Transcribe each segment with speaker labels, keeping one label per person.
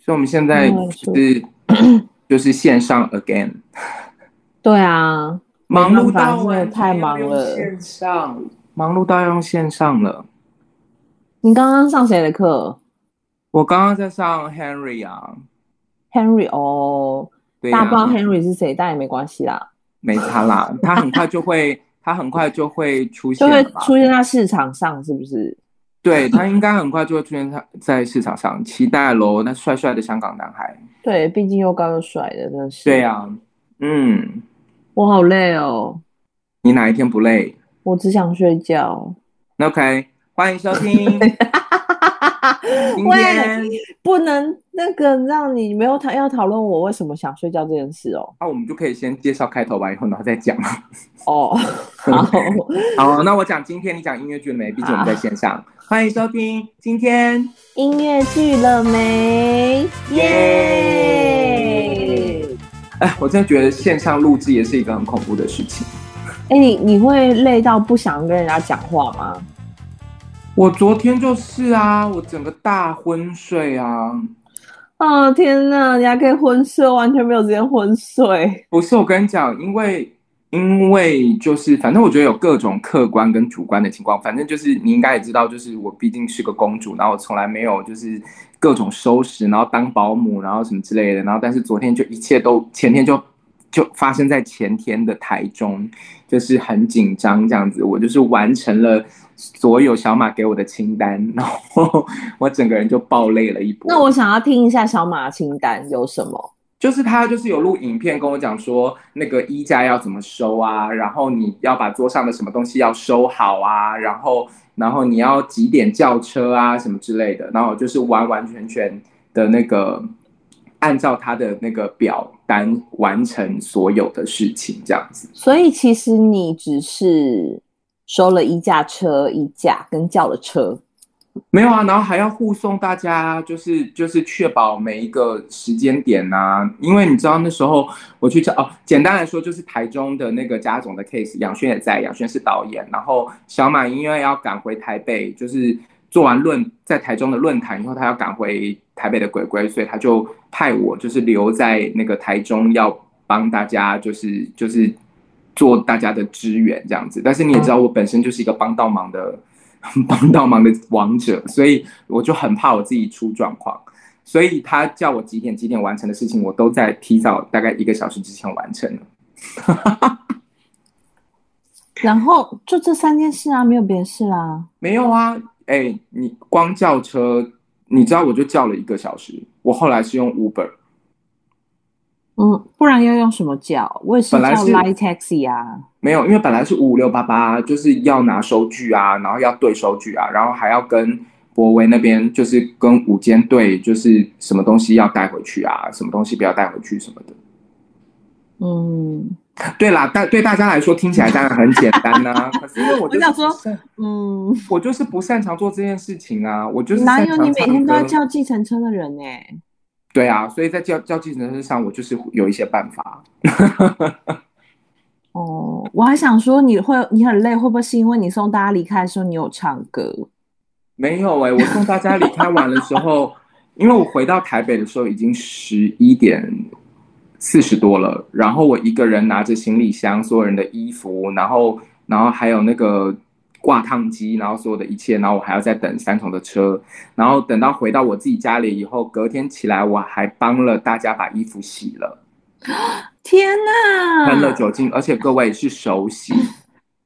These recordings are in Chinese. Speaker 1: 所以我们现在
Speaker 2: 嗯
Speaker 1: 是 就是线上 again，
Speaker 2: 对啊，
Speaker 1: 忙碌到
Speaker 2: 没办法
Speaker 1: 完全
Speaker 2: 太忙了
Speaker 1: 要用线上忙碌到要用线上了。
Speaker 2: 你刚刚上谁的课
Speaker 1: 我刚刚在上 Henry 啊，
Speaker 2: ？Henry 哦，
Speaker 1: 对啊呀、
Speaker 2: 大家不知道 Henry 是谁，但也没关系啦，
Speaker 1: 没差啦，他很快就会， 他很快就会出
Speaker 2: 就
Speaker 1: 现
Speaker 2: 会
Speaker 1: 了吧？
Speaker 2: 出现在市场上，是不是？
Speaker 1: 对他应该很快就会出现在在市场上，期待喽！那帅帅的香港男孩，
Speaker 2: 对，毕竟又高又帅的，真的是。
Speaker 1: 对，啊，嗯，
Speaker 2: 我好累哦，
Speaker 1: 你哪一天不累？
Speaker 2: 我只想睡觉。
Speaker 1: 那 OK，欢迎收 听。今天
Speaker 2: 喂，不能那个让你没有讨要讨论我为什么想睡觉这件事哦。
Speaker 1: 那、我们就可以先介绍开头吧，以后然后再讲。
Speaker 2: 哦，好，
Speaker 1: 好，那我讲今天，你讲音乐剧了没？毕竟我们在线上。欢迎收听今天
Speaker 2: 音乐剧了没？耶！
Speaker 1: 哎，我真的觉得线上录制也是一个很恐怖的事情。
Speaker 2: 哎，你你会累到不想跟人家讲话吗？
Speaker 1: 我昨天就是啊，我整个大昏睡啊。
Speaker 2: 哦天呐，你还可以昏睡，完全没有时间昏睡。
Speaker 1: 不是，我跟你讲，因为因为就是，反正我觉得有各种客观跟主观的情况，反正就是你应该也知道，就是我毕竟是个公主，然后我从来没有就是各种收拾，然后当保姆，然后什么之类的，然后但是昨天就一切都前天就就发生在前天的台中，就是很紧张这样子，我就是完成了所有小马给我的清单，然后 我整个人就爆累了一波。
Speaker 2: 那我想要听一下小马的清单有什么？
Speaker 1: 就是他就是有录影片跟我讲说，那个衣架要怎么收啊，然后你要把桌上的什么东西要收好啊，然后然后你要几点叫车啊什么之类的，然后我就是完完全全的那个按照他的那个表单完成所有的事情这样子。
Speaker 2: 所以其实你只是收了一架车、一架跟叫了车。
Speaker 1: 没有啊，然后还要护送大家，就是就是确保每一个时间点呐、因为你知道那时候我去找哦，简单来说就是台中的那个家总的 case，杨轩也在，杨轩是导演，然后小马因为要赶回台北，就是做完论在台中的论坛以后，他要赶回台北的鬼鬼，所以他就派我就是留在那个台中，要帮大家就是就是做大家的支援这样子。但是你也知道，我本身就是一个帮到忙的。 帮到忙的王者，所以我就很怕我自己出状况，所以他叫我几点几点完成的事情，我都在提早大概一个小时之前完成了。
Speaker 2: 然后就这三件事啊，没有别的事啦。
Speaker 1: 没有啊，哎、你光叫车，你知道我就叫了一个小时，我后来是用 Uber，
Speaker 2: 嗯，不然要用什么叫？我也是
Speaker 1: 本来
Speaker 2: 叫
Speaker 1: 是
Speaker 2: Light Taxi 啊。
Speaker 1: 没有，因为本来是五五六八八，就是要拿收据啊，然后要对收据啊，然后还要跟博威那边就是跟午间对，就是什么东西要带回去啊，什么东西不要带回去什么的。
Speaker 2: 嗯
Speaker 1: 对啦，大对大家来说听起来当然很简单呐、可是因为我就是
Speaker 2: 我想说
Speaker 1: 不擅，
Speaker 2: 嗯，
Speaker 1: 我就是不擅长做这件事情啊，我就是
Speaker 2: 哪
Speaker 1: 擅
Speaker 2: 有
Speaker 1: 长
Speaker 2: 你每天
Speaker 1: 唱
Speaker 2: 都要
Speaker 1: 歌
Speaker 2: 叫计程车的人呢、
Speaker 1: 对啊，所以在叫叫计程车上，我就是有一些办法。
Speaker 2: 哦，我还想说你会你很累，会不会是因为你送大家离开的时候你有唱歌？
Speaker 1: 没有哎、我送大家离开完的时候，因为我回到台北的时候已经十一点四十多了，然后我一个人拿着行李箱，所有人的衣服，然后然后还有那个挂烫机，然后所有的一切，然后我还要再等三重的车，然后等到回到我自己家里以后，隔天起来我还帮了大家把衣服洗了。
Speaker 2: 天哪！
Speaker 1: 喷了酒精，而且各位是手洗。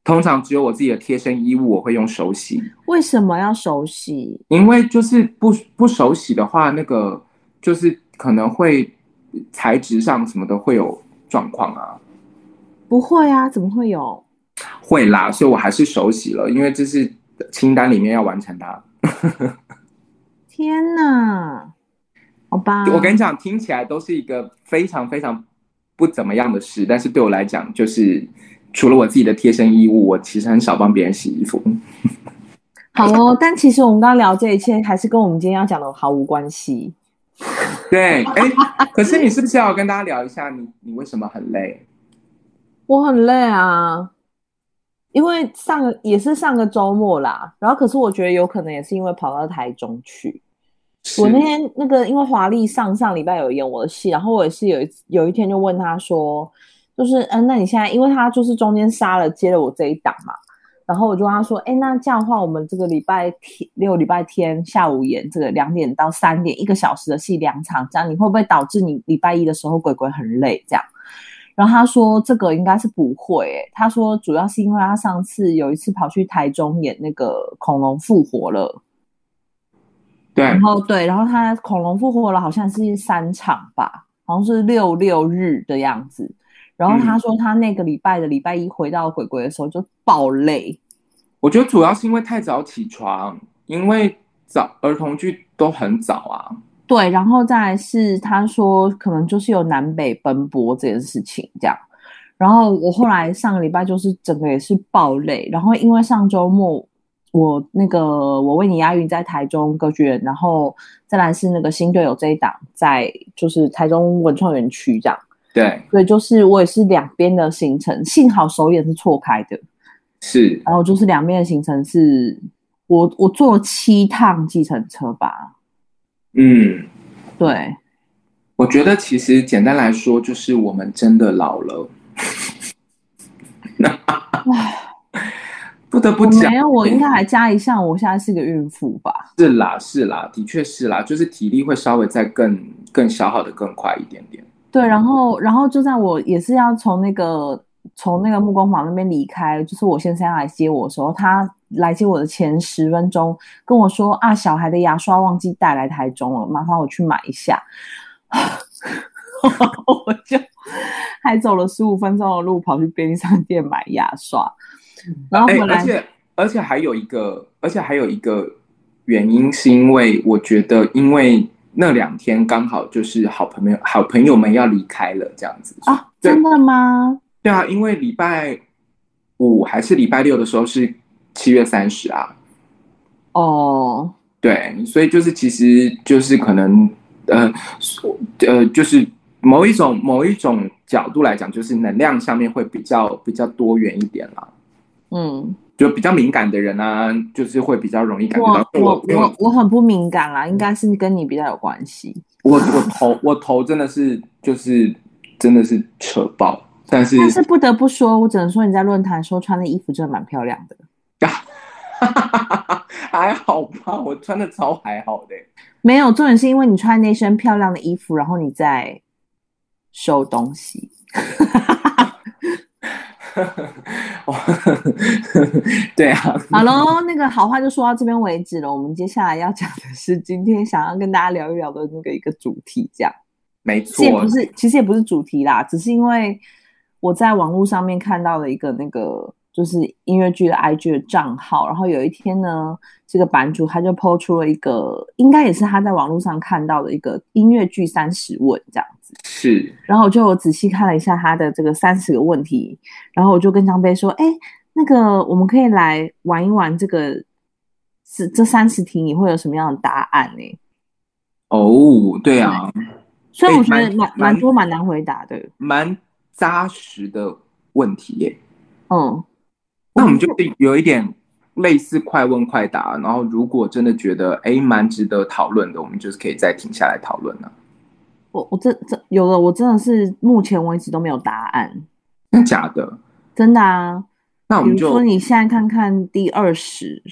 Speaker 1: 通常只有我自己的贴身衣物我会用手洗，
Speaker 2: 为什么要手洗？
Speaker 1: 因为就是不不手洗的话，那个就是可能会材质上什么的会有状况啊，
Speaker 2: 不会啊，怎么会有？
Speaker 1: 会啦，所以我还是手洗了，因为这是清单里面要完成啊它。
Speaker 2: 天哪！好吧，
Speaker 1: 我跟你讲，听起来都是一个非常非常不怎么样的事，但是对我来讲，就是除了我自己的贴身衣物，我其实很少帮别人洗衣服。
Speaker 2: 好哦。但其实我们刚刚聊这一切，还是跟我们今天要讲的毫无关系。
Speaker 1: 对，哎，可是你是不是要跟大家聊一下你你为什么很累？
Speaker 2: 我很累啊，因为上个也是上个周末啦，然后可是我觉得有可能也是因为跑到台中去，我啊那天那个，因为华丽上上礼拜有演我的戏，然后我也是有一有一天就问他说，就是嗯、呃那你现在因为他就是中间杀了接了我这一档嘛，然后我就问他说，哎，那这样的话，我们这个礼拜天六礼拜天下午演这个两点到三点一个小时的戏两场，这样你会不会导致你礼拜一的时候鬼鬼很累这样？然后他说这个应该是不会、欸，他说主要是因为他上次有一次跑去台中演那个恐龙复活了。
Speaker 1: 对嗯
Speaker 2: 然，后对，然后他恐龙复活了，好像是三场吧，好像是六六日的样子。然后他说他那个礼拜的礼拜一回到鬼鬼的时候就爆累，
Speaker 1: 我觉得主要是因为太早起床，因为早儿童剧都很早啊。
Speaker 2: 对，然后再来是他说可能就是有南北奔波这件事情这样。然后我后来上个礼拜就是整个也是爆累，然后因为上周末我那个我为你押韵在台中歌剧院，然后再来是那个新队友这一档在就是台中文创园区这样。
Speaker 1: 对，
Speaker 2: 对，就是我也是两边的行程，幸好首演是错开的，
Speaker 1: 是
Speaker 2: 然后就是两边的行程是，我我坐了七趟计程车吧，
Speaker 1: 嗯。
Speaker 2: 对，
Speaker 1: 我觉得其实简单来说，就是我们真的老了。 不得不
Speaker 2: 我
Speaker 1: 讲，
Speaker 2: 没有，我应该还加一项，我现在是个孕妇吧，
Speaker 1: 是啦，是啦，的确是啦，就是体力会稍微再更更消耗的更快一点点。
Speaker 2: 对，然后然后就在我也是要从那个从那个木工坊那边离开，就是我先生要来接我的时候，他来接我的前十分钟跟我说啊，小孩的牙刷忘记带来台中了，麻烦我去买一下。 然后我就还走了十五分钟的路，跑去便利商店买牙刷，然后
Speaker 1: 哎、
Speaker 2: 回来
Speaker 1: 而且而且还有一个，而且还有一个原因，是因为我觉得，因为那两天刚好就是好朋友好朋友们要离开了，这样子
Speaker 2: 啊，
Speaker 1: 对
Speaker 2: 真的吗？
Speaker 1: 对啊，因为礼拜五还是礼拜六的时候是七月三十啊，
Speaker 2: 哦，
Speaker 1: 对，所以就是其实就是可能呃呃，就是某一种某一种角度来讲，就是能量上面会比较比较多元一点啦。
Speaker 2: 嗯，
Speaker 1: 就比较敏感的人啊，就是会比较容易感觉
Speaker 2: 我
Speaker 1: 到。嗯
Speaker 2: 我
Speaker 1: 因为
Speaker 2: 我我很不敏感啦，应该是跟你比较有关系。
Speaker 1: 我我头我头真的是就是真的是扯爆，但是
Speaker 2: 但是不得不说，我只能说你在论坛说穿的衣服真的蛮漂亮的。
Speaker 1: 还好吧，我穿的超还好的、
Speaker 2: 没有，重点是因为你穿那身漂亮的衣服，然后你在收东西。
Speaker 1: 哦对啊，
Speaker 2: 好喽，那个好话就说到这边为止了。我们接下来要讲的是今天想要跟大家聊一聊的那个一个主题，这样。
Speaker 1: 没
Speaker 2: 其实也
Speaker 1: 错
Speaker 2: 不，是，其实也不是主题啦，只是因为我在网络上面看到了一个那个就是音乐剧的 IG 的账号，然后有一天呢，这个版主他就抛出了一个，应该也是他在网络上看到的一个音乐剧三十问这样子，
Speaker 1: 是
Speaker 2: 然后我就有仔细看了一下他的这个三十个问题，然后我就跟张飞说，哎，那个我们可以来玩一玩这个。是这三十题你会有什么样的答案呢、
Speaker 1: 哦，对啊。
Speaker 2: 所以
Speaker 1: 哎
Speaker 2: 我觉得
Speaker 1: 蛮
Speaker 2: 蛮
Speaker 1: 蛮
Speaker 2: 蛮多蛮难回答的，
Speaker 1: 蛮扎实的问题耶。
Speaker 2: 嗯。
Speaker 1: 那我们就是有一点类似快问快答，然后如果真的觉得哎蛮值得讨论的，我们就是可以再停下来讨论啊了、
Speaker 2: 我我这这有了，我真的是目前为止都没有答案，
Speaker 1: 真的假的？
Speaker 2: 真的啊。
Speaker 1: 那我
Speaker 2: 嗯比
Speaker 1: 们
Speaker 2: 如
Speaker 1: 就
Speaker 2: 说你现在看看第二十，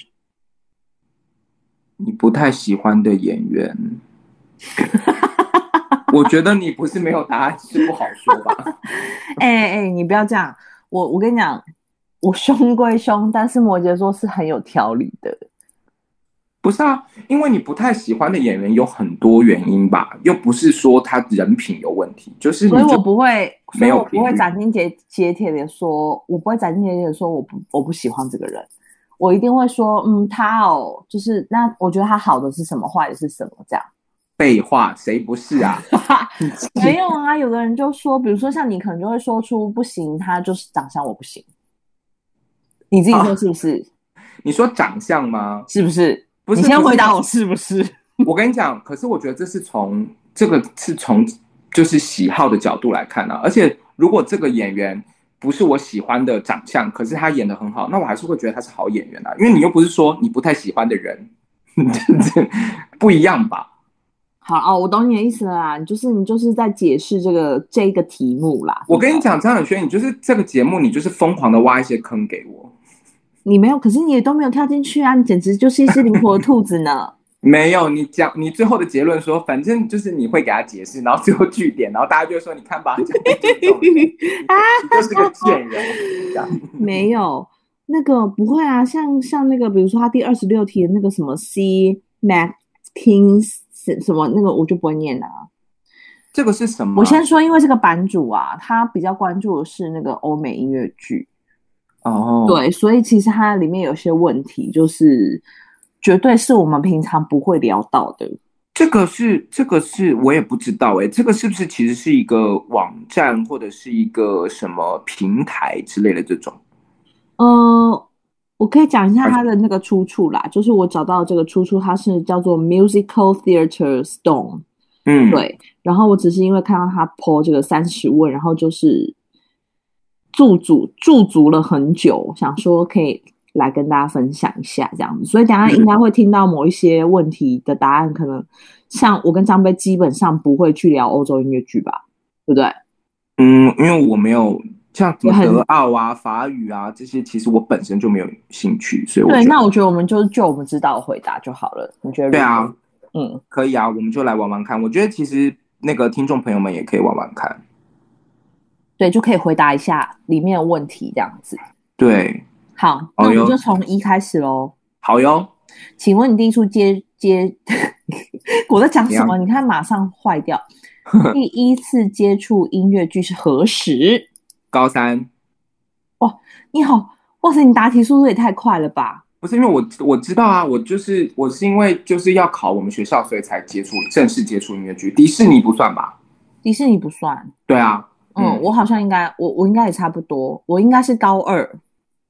Speaker 1: 你不太喜欢的演员， 我觉得你不是没有答案，是不好说吧？
Speaker 2: 哎哎，你不要这样，我我跟你讲，我凶归凶，但是摩羯座是很有条理的。
Speaker 1: 不是啊，因为你不太喜欢的演员有很多原因吧，又不是说他人品有问题，就是你
Speaker 2: 所以我
Speaker 1: 就
Speaker 2: 不会，所
Speaker 1: 没
Speaker 2: 以
Speaker 1: 有
Speaker 2: 我不
Speaker 1: 频
Speaker 2: 会
Speaker 1: 率
Speaker 2: 斩钉截截铁的说，我不会斩钉截铁的说我不我不喜欢这个人，我一定会说，嗯，他哦，就是那我觉得他好的是什么，坏的是什么这样。
Speaker 1: 废话，谁不是啊？
Speaker 2: 没有啊，有的人就说，比如说像你可能就会说出不行，他就是长相我不行，你自己
Speaker 1: 啊
Speaker 2: 说是不是？
Speaker 1: 你说长相吗？
Speaker 2: 是不是？
Speaker 1: 不是
Speaker 2: 你先
Speaker 1: 不是
Speaker 2: 回答我是不是？
Speaker 1: 我跟你讲，可是我觉得这是从这个是从就是喜好的角度来看啊，而且如果这个演员不是我喜欢的长相，可是他演的很好，那我还是会觉得他是好演员啊，因为你又不是说你不太喜欢的人，这这不一样吧？
Speaker 2: 好哦，我懂你的意思了啦，你就是你就是在解释这个这一个题目啦。
Speaker 1: 我跟你
Speaker 2: 对不对，
Speaker 1: 讲，张小轩，你就是这个节目，你就是疯狂的挖一些坑给我。
Speaker 2: 你没有，可是你也都没有跳进去啊，你简直就是一只灵活的兔子 呢。
Speaker 1: 没有，你讲你最后的结论说，反正就是你会给他解释，然后最后据点，然后大家就会说，你看吧，这样就是这 种人你就是个贱人，我跟你讲。
Speaker 2: 没有，那个不会啊，像像那个，比如说他第二十六题的那个什么 C Mac Kings 什么那个，我就不会念啊。
Speaker 1: 这个是什么？啊
Speaker 2: 我先说，因为这个版主啊，他比较关注的是那个欧美音乐剧，
Speaker 1: 哦，，
Speaker 2: 对，所以其实它里面有些问题，就是绝对是我们平常不会聊到的。
Speaker 1: 这个是这个是我也不知道哎、这个是不是其实是一个网站或者是一个什么平台之类的这种？
Speaker 2: 呃，我可以讲一下它的那个出处啦，就是我找到这个出处，它是叫做 Musical Theatre Stone。
Speaker 1: 嗯，，
Speaker 2: 对，然后我只是因为看到他 PO 这个三十问，然后就是驻足驻足了很久，想说可以来跟大家分享一下这样子，所以等一下应该会听到某一些问题的答案，可能像我跟张飞基本上不会去聊欧洲音乐剧吧，对不对？
Speaker 1: 嗯，因为我没有像什么
Speaker 2: 很
Speaker 1: 德奥啊、法语啊这些，其实我本身就没有兴趣，所以我觉
Speaker 2: 对，
Speaker 1: 得
Speaker 2: 那我觉得我们就是就我们知道的回答就好了，你觉得？
Speaker 1: 对啊，，
Speaker 2: 嗯，
Speaker 1: 可以啊，我们就来玩玩看。我觉得其实那个听众朋友们也可以玩玩看。
Speaker 2: 对，就可以回答一下里面的问题这样子。
Speaker 1: 对，
Speaker 2: 好，
Speaker 1: 好
Speaker 2: 那我们
Speaker 1: 哟
Speaker 2: 就从一开始喽。
Speaker 1: 好哟，
Speaker 2: 请问你第一处接接， 我在讲什么？你看，马上 坏掉。第一次接触音乐剧是何时？
Speaker 1: 高三
Speaker 2: 你好，哇塞，你答题速度也太快了吧！
Speaker 1: 不是因为我我知道啊，我就是我是因为就是要考我们学校，所以才接触正式接触音乐剧。迪士尼不算吧？
Speaker 2: 迪士尼不算，
Speaker 1: 对啊，
Speaker 2: 嗯，
Speaker 1: 嗯
Speaker 2: 我好像应该，我我应该也差不多，我应该是高二。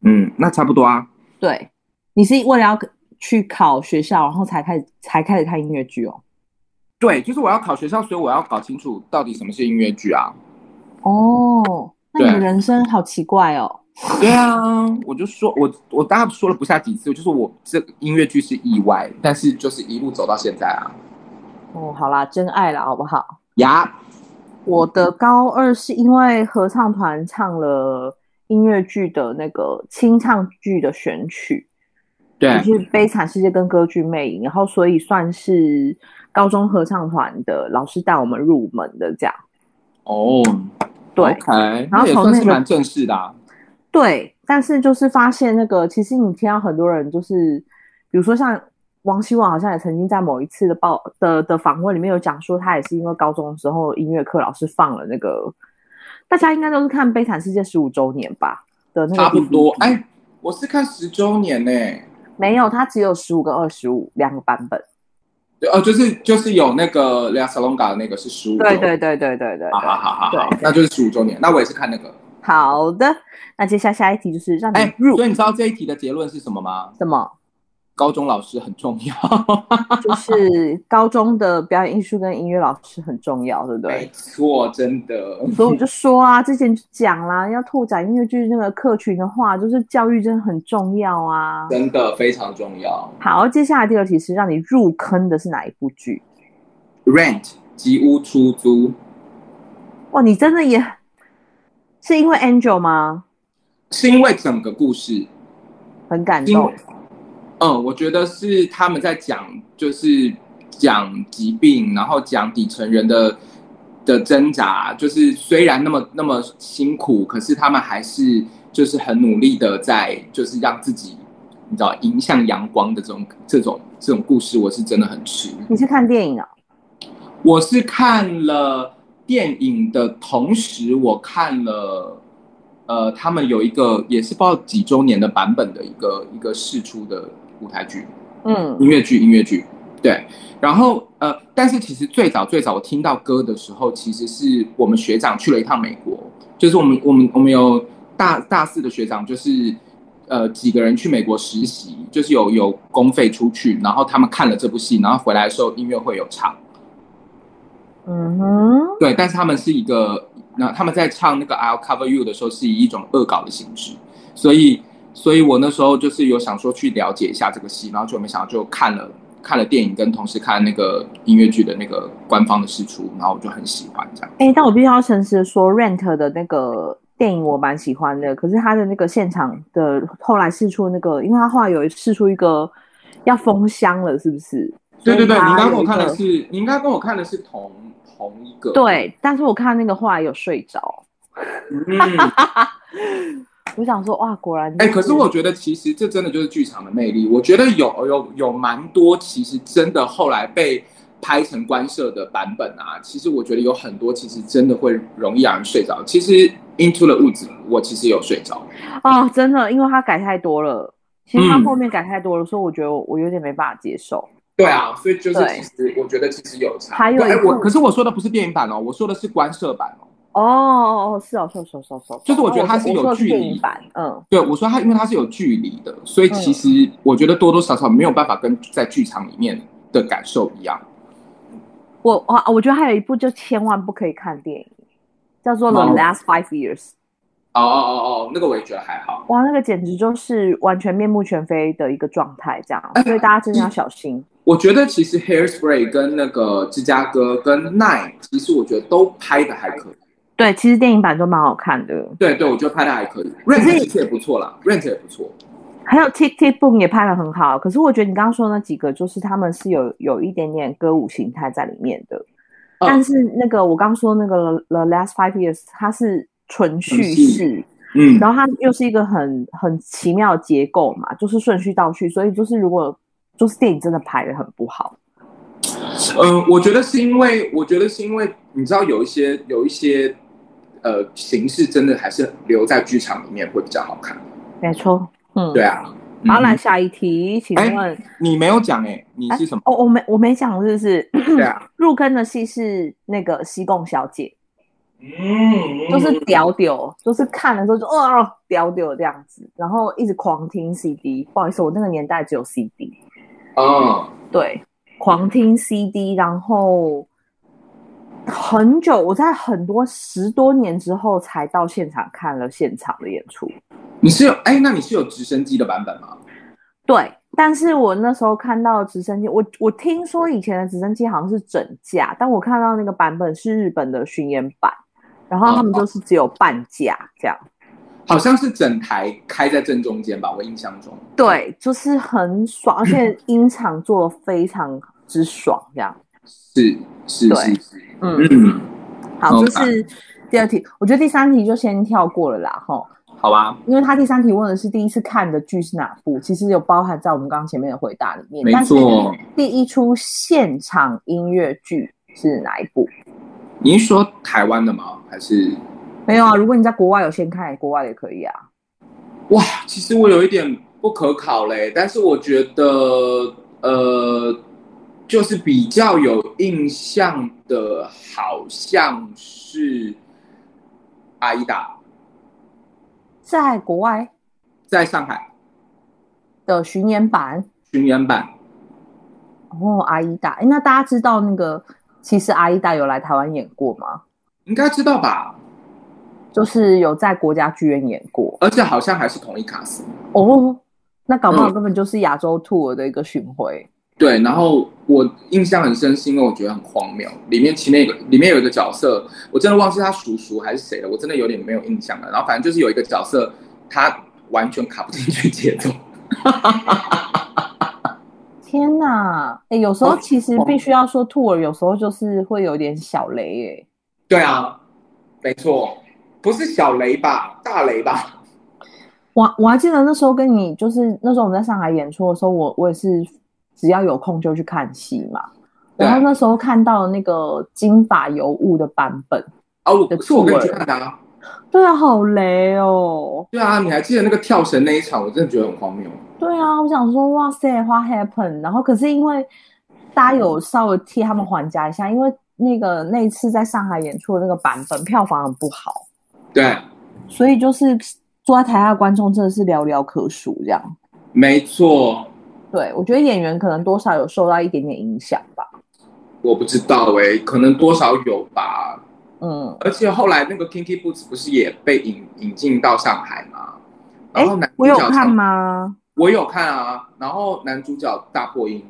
Speaker 1: 嗯，那差不多啊。
Speaker 2: 对，你是为了要去考学校，然后才开始才开始看音乐剧哦。
Speaker 1: 对，就是我要考学校，所以我要搞清楚到底什么是音乐剧啊。
Speaker 2: 哦，那你的
Speaker 1: 对
Speaker 2: 人生好奇怪哦。
Speaker 1: 对啊，我就说，我我大概说了不下几次，就是我这个音乐剧是意外，但是就是一路走到现在啊。
Speaker 2: 哦，好啦，真爱啦，好不好？
Speaker 1: 呀，
Speaker 2: 我的高二是因为合唱团唱了音乐剧的那个清唱剧的选曲，
Speaker 1: 对
Speaker 2: 就，是《悲惨世界》跟《歌剧魅影》，然后所以算是高中合唱团的老师带我们入门的这样。
Speaker 1: 哦，
Speaker 2: 对
Speaker 1: o k
Speaker 2: 然后
Speaker 1: 那也
Speaker 2: 从
Speaker 1: 算
Speaker 2: 那
Speaker 1: 是
Speaker 2: 个
Speaker 1: 蛮正式的、啊。
Speaker 2: 对，但是就是发现那个，其实你听到很多人就是，比如说像王希望，好像也曾经在某一次的报的的访问里面有讲说，他也是因为高中的时候音乐课老师放了那个，大家应该都是看《悲惨世界》十五周年吧的那个
Speaker 1: 差不多
Speaker 2: DVD，
Speaker 1: 哎，我是看十周年呢、
Speaker 2: 没有，它只有十五跟二十五两个版本。
Speaker 1: 对，哦，就是就是有那个 La Salonga 的那个是十五周
Speaker 2: 对
Speaker 1: 年，
Speaker 2: 对对对对对
Speaker 1: 好好
Speaker 2: 对，
Speaker 1: 好好好
Speaker 2: 对，
Speaker 1: 那就是十五周年。那我也是看那个，
Speaker 2: 好的，那接下来下一题就是让你
Speaker 1: 哎，
Speaker 2: 嗯入
Speaker 1: 所以你知道这一题的结论是什么吗？
Speaker 2: 什么？
Speaker 1: 高中老师很重要，
Speaker 2: 就是高中的表演艺术跟音乐老师很重要，对不对
Speaker 1: 没？错，真的。
Speaker 2: 所以我就说啊，之前就讲啦，要拓展音乐剧那个客群的话，就是教育真的很重要啊。
Speaker 1: 真的非常重要。
Speaker 2: 好，接下来第二题是让你入坑的是哪一部剧？
Speaker 1: Rent 吉屋出租
Speaker 2: 哇，你真的也是因为 Angel 吗？
Speaker 1: 是因为整个故事，
Speaker 2: 很感
Speaker 1: 因
Speaker 2: 动
Speaker 1: 为，嗯，我觉得是他们在讲，就是讲疾病，然后讲底层人的的挣扎，就是虽然那么那么辛苦，可是他们还是就是很努力的在，就是让自己你知道迎向阳光的这种这种这种故事，我是真的很吃。
Speaker 2: 你是看电影啊？
Speaker 1: 我是看了电影的同时，我看了，呃，他们有一个也是不知道几周年的版本的一个一个试出的舞台剧，
Speaker 2: 嗯
Speaker 1: 音乐剧，音乐剧，对。然后呃，但是其实最早最早我听到歌的时候，其实是我们学长去了一趟美国，就是我们我们我们有大大四的学长，就是呃几个人去美国实习，就是有有公费出去，然后他们看了这部戏，然后回来的时候音乐会有唱。
Speaker 2: 嗯哼，
Speaker 1: 对，但是他们是一个，那他们在唱那个 I'll Cover You 的时候，是以一种恶搞的形式，所以，所以我那时候就是有想说去了解一下这个戏，然后就没想到就看了看了电影，跟同时看那个音乐剧的那个官方的试出，然后我就很喜欢这样。
Speaker 2: 哎、但我必须要诚实的说，Rent 的那个电影我蛮喜欢的，可是他的那个现场的后来试出那个，因为他后来有试出一个要封箱了，是不是？
Speaker 1: 对对对，
Speaker 2: 所以
Speaker 1: 你刚
Speaker 2: 他
Speaker 1: 刚跟
Speaker 2: 有
Speaker 1: 我
Speaker 2: 一
Speaker 1: 看的
Speaker 2: 个
Speaker 1: 是，你应该跟我看的是同同一个。，
Speaker 2: 对，但是我看那个后来有睡着，
Speaker 1: 嗯，
Speaker 2: 我想说哇，果然
Speaker 1: 哎、可是我觉得其实这真的就是剧场的魅力。我觉得有有有蛮多，其实真的后来被拍成官摄的版本啊，其实我觉得有很多其实真的会容易让人睡着。其实 Into 的物质，我其实有睡着。
Speaker 2: 哦，真的，因为他改太多了，其实他
Speaker 1: 嗯
Speaker 2: 后面改太多了，所以我觉得我我有点没办法接受。
Speaker 1: 对啊，所以就是
Speaker 2: 对
Speaker 1: 其实我觉得其实有差。
Speaker 2: 还有
Speaker 1: 对哎
Speaker 2: 一部
Speaker 1: 我可是我说的不是电影版哦，我说的是官摄版哦。
Speaker 2: 哦哦哦，是哦，是哦，是哦，是哦，是哦
Speaker 1: 就是我觉得
Speaker 2: 哦
Speaker 1: 它是有
Speaker 2: 我说的
Speaker 1: 距
Speaker 2: 电
Speaker 1: 离
Speaker 2: 影版，嗯，
Speaker 1: 对，我说它，因为它是有距离的，所以其实我觉得多多少少没有办法跟在剧场里面的感受一样。
Speaker 2: 我我我觉得还有一部就千万不可以看电影，叫做《
Speaker 1: 哦
Speaker 2: The Last Five Years》，
Speaker 1: 哦哦哦哦，那个我也觉得还好。
Speaker 2: 哇，那个简直就是完全面目全非的一个状态，这
Speaker 1: 哎
Speaker 2: 样，所以大家真的要小心。
Speaker 1: 我觉得其实 Hairspray 跟那个芝加哥跟 Nine，其实我觉得都拍的还可以。
Speaker 2: 对，其实电影版都蛮好看的，
Speaker 1: 对对，我觉得拍的还可以。
Speaker 2: 可是
Speaker 1: Rent 其实也不错啦，Rent 也不错。
Speaker 2: 还有 Tick Tick Boom 也拍的很好，可是我觉得你刚刚说那几个，就是他们是有有一点点歌舞形态在里面的，
Speaker 1: 嗯
Speaker 2: 但是那个我刚说那个 The Last Five Years，它是纯叙事，
Speaker 1: 嗯，
Speaker 2: 然后它又是一个很很奇妙的结构嘛，就是顺序倒叙，所以就是如果就是电影真的拍的很不好，
Speaker 1: 呃，我觉得是因为，我觉得是因为你知道有一些有一些呃形式真的还是留在剧场里面会比较好看。
Speaker 2: 没错，嗯，
Speaker 1: 对。啊，嗯
Speaker 2: 好，来下一题，请
Speaker 1: 哎
Speaker 2: 问，
Speaker 1: 你没有讲哎、你是什么？
Speaker 2: 哦，我没我没讲，是不是？
Speaker 1: 对啊，
Speaker 2: 入坑的戏是那个西贡小姐，
Speaker 1: 嗯
Speaker 2: 就是屌屌，就是看了之后就哦屌屌这样子，然后一直狂听 CD。不好意思，我那个年代只有 CD，
Speaker 1: 嗯，
Speaker 2: 对，狂听 CD，然后很久，我在很多十多年之后才到现场看了现场的演出。
Speaker 1: 你是有哎、那你是有直升机的版本吗？
Speaker 2: 对，但是我那时候看到直升机，我我听说以前的直升机好像是整架，但我看到那个版本是日本的巡演版，然后他们就是只有半价这样。
Speaker 1: 好像是整台开在正中间吧，我印象中。
Speaker 2: 对，就是很爽，而且音场做的非常之爽，这样。
Speaker 1: 是是
Speaker 2: 对
Speaker 1: 是是，
Speaker 2: 嗯，
Speaker 1: 嗯，
Speaker 2: 好，
Speaker 1: 好
Speaker 2: 这是第二题，我觉得第三题就先跳过了啦，吼，
Speaker 1: 好吧，
Speaker 2: 因为他第三题问的是第一次看的剧是哪部，其实有包含在我们刚刚前面的回答里面。
Speaker 1: 没
Speaker 2: 但是
Speaker 1: 错。
Speaker 2: 第一出现场音乐剧是哪一部？
Speaker 1: 你是说台湾的吗？还是
Speaker 2: 没有啊，如果你在国外有先看，国外也可以啊。
Speaker 1: 哇？其实我有一点不可考嘞，但是我觉得呃，就是比较有印象的，好像是阿依达
Speaker 2: 在国外
Speaker 1: 在上海
Speaker 2: 的巡演版，
Speaker 1: 巡演版。
Speaker 2: 哦，阿依达，诶那大家知道那个其实阿依达有来台湾演过吗？
Speaker 1: 应该知道吧？
Speaker 2: 就是有在国家剧院演过
Speaker 1: 而且好像还是同一卡司。
Speaker 2: 哦。那搞不好根本就是亚洲 tour 的一个巡回，
Speaker 1: 对，然后我印象很深，是因为我觉得很荒谬。里面其那个里面有一个角色，我真的忘记他叔叔还是谁了，我真的有点没有印象了。然后反正就是有一个角色，他完全卡不进去节奏。
Speaker 2: 天哪！哎，有时候其实必须要说 tour，有时候就是会有点小雷
Speaker 1: 对啊，没错，不是小雷吧，大雷吧？
Speaker 2: 哎。我我还记得那时候跟你，就是那时候我们在上海演出的时候，我我也是只要有空就去看戏嘛。
Speaker 1: 对
Speaker 2: 然后那时候看到那个金发尤物的版本，
Speaker 1: 啊，我是我跟你去
Speaker 2: 错了
Speaker 1: 看的啊。
Speaker 2: 对啊，好雷哦！
Speaker 1: 对啊，你还记得那个跳绳那一场？我真的觉得很荒谬。
Speaker 2: 对啊，我想说，哇塞，What happened？然后可是因为大家有稍微替他们还价一下，因为那个那一次在上海演出的那个版本票房很不好，
Speaker 1: 对，
Speaker 2: 所以就是坐在台下的观众真的是寥寥可数这样。
Speaker 1: 没错，
Speaker 2: 对，我觉得演员可能多少有受到一点点影响吧。
Speaker 1: 我不知道哎、可能多少有吧。
Speaker 2: 嗯，
Speaker 1: 而且后来那个 Kinky Boots 不是也被引引进到上海吗？然后男主
Speaker 2: 我
Speaker 1: 角
Speaker 2: 有看？吗？
Speaker 1: 我有看啊。然后男主角大破音，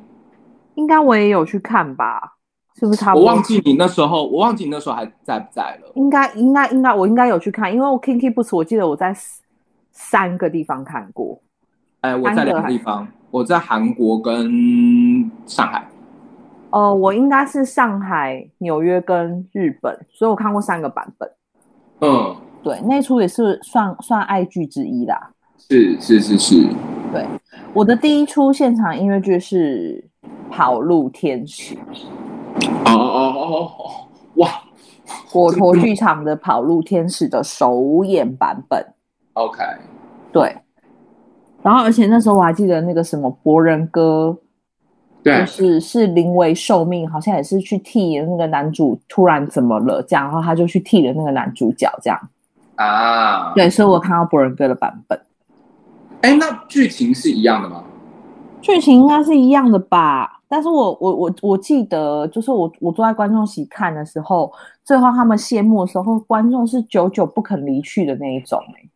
Speaker 2: 应该我也有去看吧，是不是差不
Speaker 1: 我
Speaker 2: 多？
Speaker 1: 忘记你那时候，我忘记你那时候还在不在了。
Speaker 2: 应该应该应该我应该有去看，因为我 Kinky Boots 我记得我在三个地方看过，
Speaker 1: 哎，我在两个地方，我在韩国跟上海。
Speaker 2: 呃，我应该是上海、纽约跟日本，所以我看过三个版本。
Speaker 1: 嗯，
Speaker 2: 对，那出也是算算爱剧之一啦。
Speaker 1: 是是是是，
Speaker 2: 我的第一出现场音乐剧是《跑路天使》，
Speaker 1: 哦哦哦哦，哇
Speaker 2: 果陀剧场的《跑路天使》的首演版本。
Speaker 1: ，OK，
Speaker 2: 对，然后而且那时候我还记得那个什么博人哥，就
Speaker 1: 对，
Speaker 2: 是是临危受命，好像也是去替那个男主突然怎么了这样，然后他就去替了那个男主角这样。
Speaker 1: 啊，
Speaker 2: 对，所以我看到博人哥的版本，
Speaker 1: 哎，那剧情是一样的吗？
Speaker 2: 剧情应该是一样的吧？但是我我我我记得，就是我我坐在观众席看的时候，最后他们谢幕的时候，观众是久久不肯离去的那一种、欸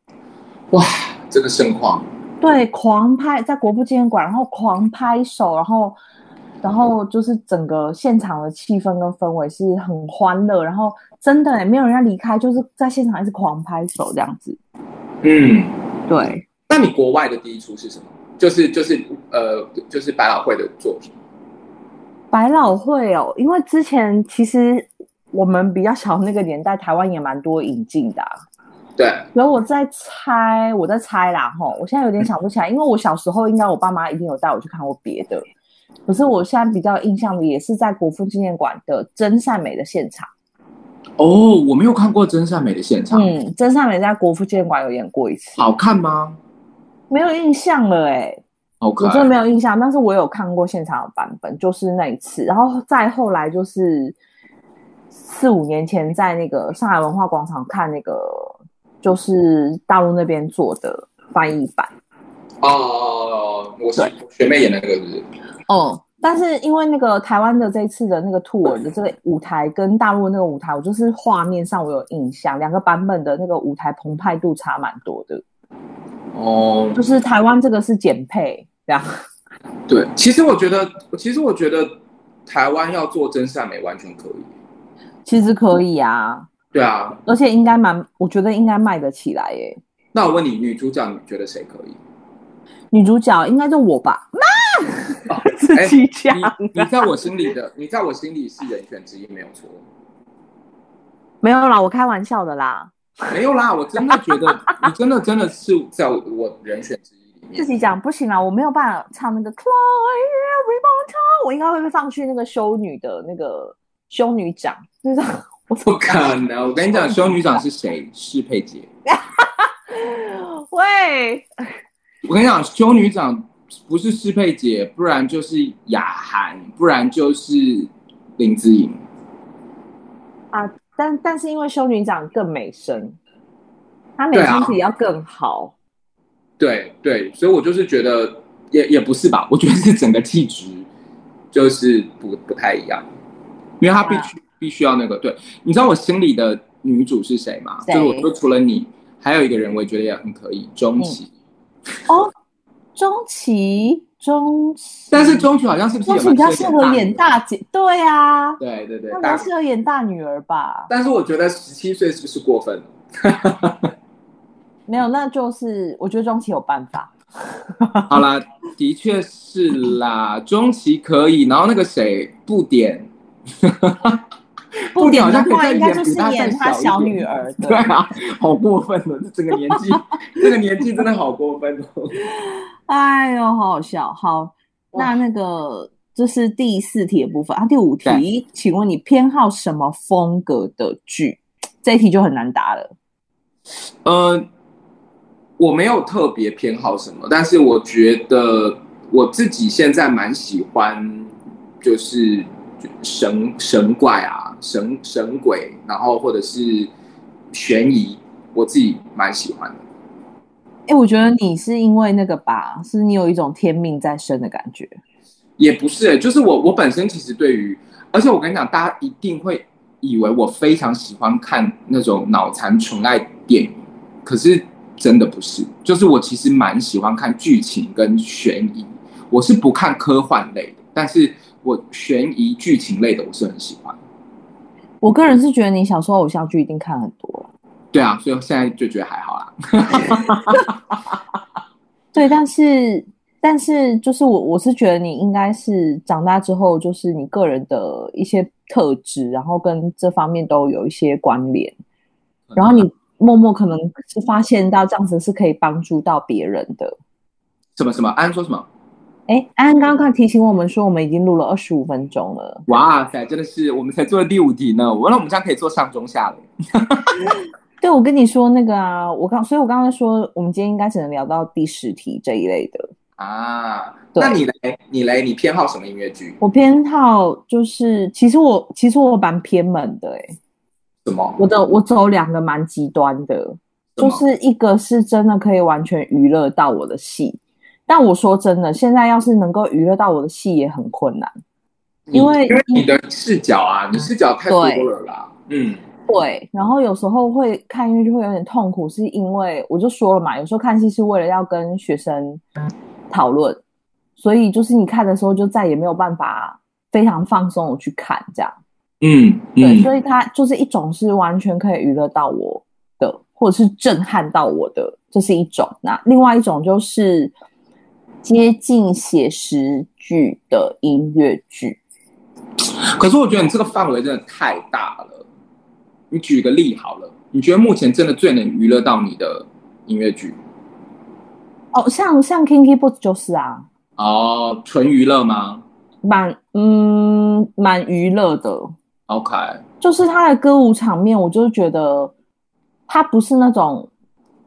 Speaker 1: 哇，这个盛况，
Speaker 2: 对，狂拍在国父纪念馆，然后狂拍手，然后，然后就是整个现场的气氛跟氛围是很欢乐，然后真的也欸没有人要离开，就是在现场一直狂拍手这样子。
Speaker 1: 嗯，
Speaker 2: 对，
Speaker 1: 那你国外的第一出是什么？就是就是呃，就是百老汇的作品。
Speaker 2: 百老汇哦，因为之前其实我们比较小那个年代，台湾也蛮多引进的啊、
Speaker 1: 对，
Speaker 2: 所以我在猜，我在猜啦吼，我现在有点想不起来，因为我小时候应该我爸妈一定有带我去看过别的，可是我现在比较有印象的也是在国父纪念馆的真善美的现场，
Speaker 1: 哦，我没有看过真善美的现场，
Speaker 2: 嗯，真善美在国父纪念馆有演过一次，
Speaker 1: 好看吗
Speaker 2: 没有印象了哎、
Speaker 1: ？OK，
Speaker 2: 我真的没有印象，但是我有看过现场的版本，就是那一次，然后再后来就是四五年前在那个上海文化广场看那个就是大陆那边做的翻译版。
Speaker 1: 哦，我是
Speaker 2: 对
Speaker 1: 我学妹演的那个是不是？
Speaker 2: 哦，但是因为那个台湾的这一次的那个 tour 的这个舞台跟大陆的那个舞台，我就是画面上我有印象，两个版本的那个舞台澎湃度差蛮多的。
Speaker 1: 哦，
Speaker 2: 就是台湾这个是减配，这样
Speaker 1: 对，其实我觉得，其实我觉得台湾要做真善美完全可以。
Speaker 2: 其实可以啊，
Speaker 1: 对啊，
Speaker 2: 而且应该蛮，我觉得应该卖得起来耶。
Speaker 1: 那我问你，女主角你觉得谁可以？
Speaker 2: 女主角应该就我吧，妈 自
Speaker 1: 哎
Speaker 2: 己讲。
Speaker 1: 你你在我心里的，你在我心里是人选之一，没有错。
Speaker 2: 没有啦，我开玩笑的啦，
Speaker 1: 没有啦，我真的觉得你真的真的是在我我人选之一里
Speaker 2: 自
Speaker 1: 面。
Speaker 2: 己讲不行啦，我没有办法唱那个 Cry Every Morning，我应该会被放去那个修女的那个修女长，就是我怎
Speaker 1: 不
Speaker 2: 么
Speaker 1: 可能！我跟你讲，修女长是谁？是佩姐。
Speaker 2: 喂，
Speaker 1: 我跟你讲，修女长不是适配姐，不然就是雅涵，不然就是林志颖。
Speaker 2: 但但是因为修女长更美声，她美
Speaker 1: 对啊
Speaker 2: 声比较更好。
Speaker 1: 对对，所以我就是觉得也也不是吧，我觉得是整个气质就是不不太一样，因为她必
Speaker 2: 啊
Speaker 1: 须、必须要那个对，你知道我心里的女主是谁吗？
Speaker 2: 谁
Speaker 1: 就是我说除了你，还有一个人我也觉得也很可以，
Speaker 2: 嗯
Speaker 1: 钟琪。
Speaker 2: 哦，钟琪，钟琪，
Speaker 1: 但是钟琪好像是不是
Speaker 2: 钟
Speaker 1: 也
Speaker 2: 琪
Speaker 1: 蛮
Speaker 2: 比较适合演
Speaker 1: 演大女儿？
Speaker 2: 大姐，对啊，
Speaker 1: 对对对
Speaker 2: 她，比较
Speaker 1: 但
Speaker 2: 适合演大女儿吧？
Speaker 1: 但是我觉得十七岁是不是过分了？
Speaker 2: 没有，那就是我觉得钟琪有办法。
Speaker 1: 好啦，的确是啦，钟琪可以，然后那个谁布点，
Speaker 2: 不
Speaker 1: 布点好
Speaker 2: 点的
Speaker 1: 像可以
Speaker 2: 话，
Speaker 1: 再
Speaker 2: 应该就
Speaker 1: 演比
Speaker 2: 是
Speaker 1: 他
Speaker 2: 演她
Speaker 1: 再
Speaker 2: 小
Speaker 1: 小一点
Speaker 2: 女儿
Speaker 1: 对
Speaker 2: 的。
Speaker 1: 啊，好过分哦！这整个年纪，这个年纪真的好过分哦。
Speaker 2: 哎呦，好好笑。好，那
Speaker 1: 哇
Speaker 2: 那个这是第四题的部分啊，第五题
Speaker 1: 对，
Speaker 2: 请问你偏好什么风格的剧？这一题就很难答了。
Speaker 1: 呃，我没有特别偏好什么，但是我觉得我自己现在蛮喜欢，就是神神怪啊，神神鬼，然后或者是悬疑，我自己蛮喜欢的。
Speaker 2: 哎，我觉得你是因为那个吧，是你有一种天命在身的感觉。
Speaker 1: 也不是、欸，就是我我本身其实对于，而且我跟你讲，大家一定会以为我非常喜欢看那种脑残纯爱电影，可是真的不是，就是我其实蛮喜欢看剧情跟悬疑，我是不看科幻类的，但是我悬疑剧情类的我是很喜欢。
Speaker 2: 我个人是觉得你小时候偶像剧一定看很多了，
Speaker 1: 对啊，所以我现在就觉得还好啦。
Speaker 2: 对，但是但是就是我我是觉得你应该是长大之后，就是你个人的一些特质，然后跟这方面都有一些关联，然后你默默可能是发现到这样子是可以帮助到别人的。
Speaker 1: 什么什么？安安说什么？
Speaker 2: 哎，安安刚刚提醒我们说，我们已经录了二十五分钟了。
Speaker 1: 哇塞，真的是我们才做了第五题呢，完了我们这样可以做上中下了。
Speaker 2: 对，我跟你说那个啊，我刚，所以我刚才说，我们今天应该只能聊到第十题这一类的。
Speaker 1: 啊，
Speaker 2: 对
Speaker 1: 那你嘞？你嘞？你偏好什么音乐剧？
Speaker 2: 我偏好就是，其实我其实我蛮偏门的、欸，
Speaker 1: 什么？
Speaker 2: 我的我走两个蛮极端的，
Speaker 1: 什么
Speaker 2: 就是一个是真的可以完全娱乐到我的戏，但我说真的，现在要是能够娱乐到我的戏也很困难。
Speaker 1: 你
Speaker 2: 因为
Speaker 1: 因为你的视角啊，你视角太多了啦。嗯，
Speaker 2: 对，然后有时候会看音乐剧会有点痛苦，是因为我就说了嘛，有时候看戏是为了要跟学生讨论，所以就是你看的时候就再也没有办法非常放松我去看这样。
Speaker 1: 嗯
Speaker 2: 对，
Speaker 1: 嗯，
Speaker 2: 所以它就是一种是完全可以娱乐到我的，或者是震撼到我的，这是一种。那另外一种就是接近写实剧的音乐剧。
Speaker 1: 可是我觉得你这个范围真的太大了。你举个例好了，你觉得目前真的最能娱乐到你的音乐剧？
Speaker 2: 哦，像像 Kinky Boots 就是啊，
Speaker 1: 哦，纯娱乐吗
Speaker 2: 蛮嗯蛮娱乐的，
Speaker 1: ？OK，
Speaker 2: 就是他的歌舞场面，我就是觉得他不是那种，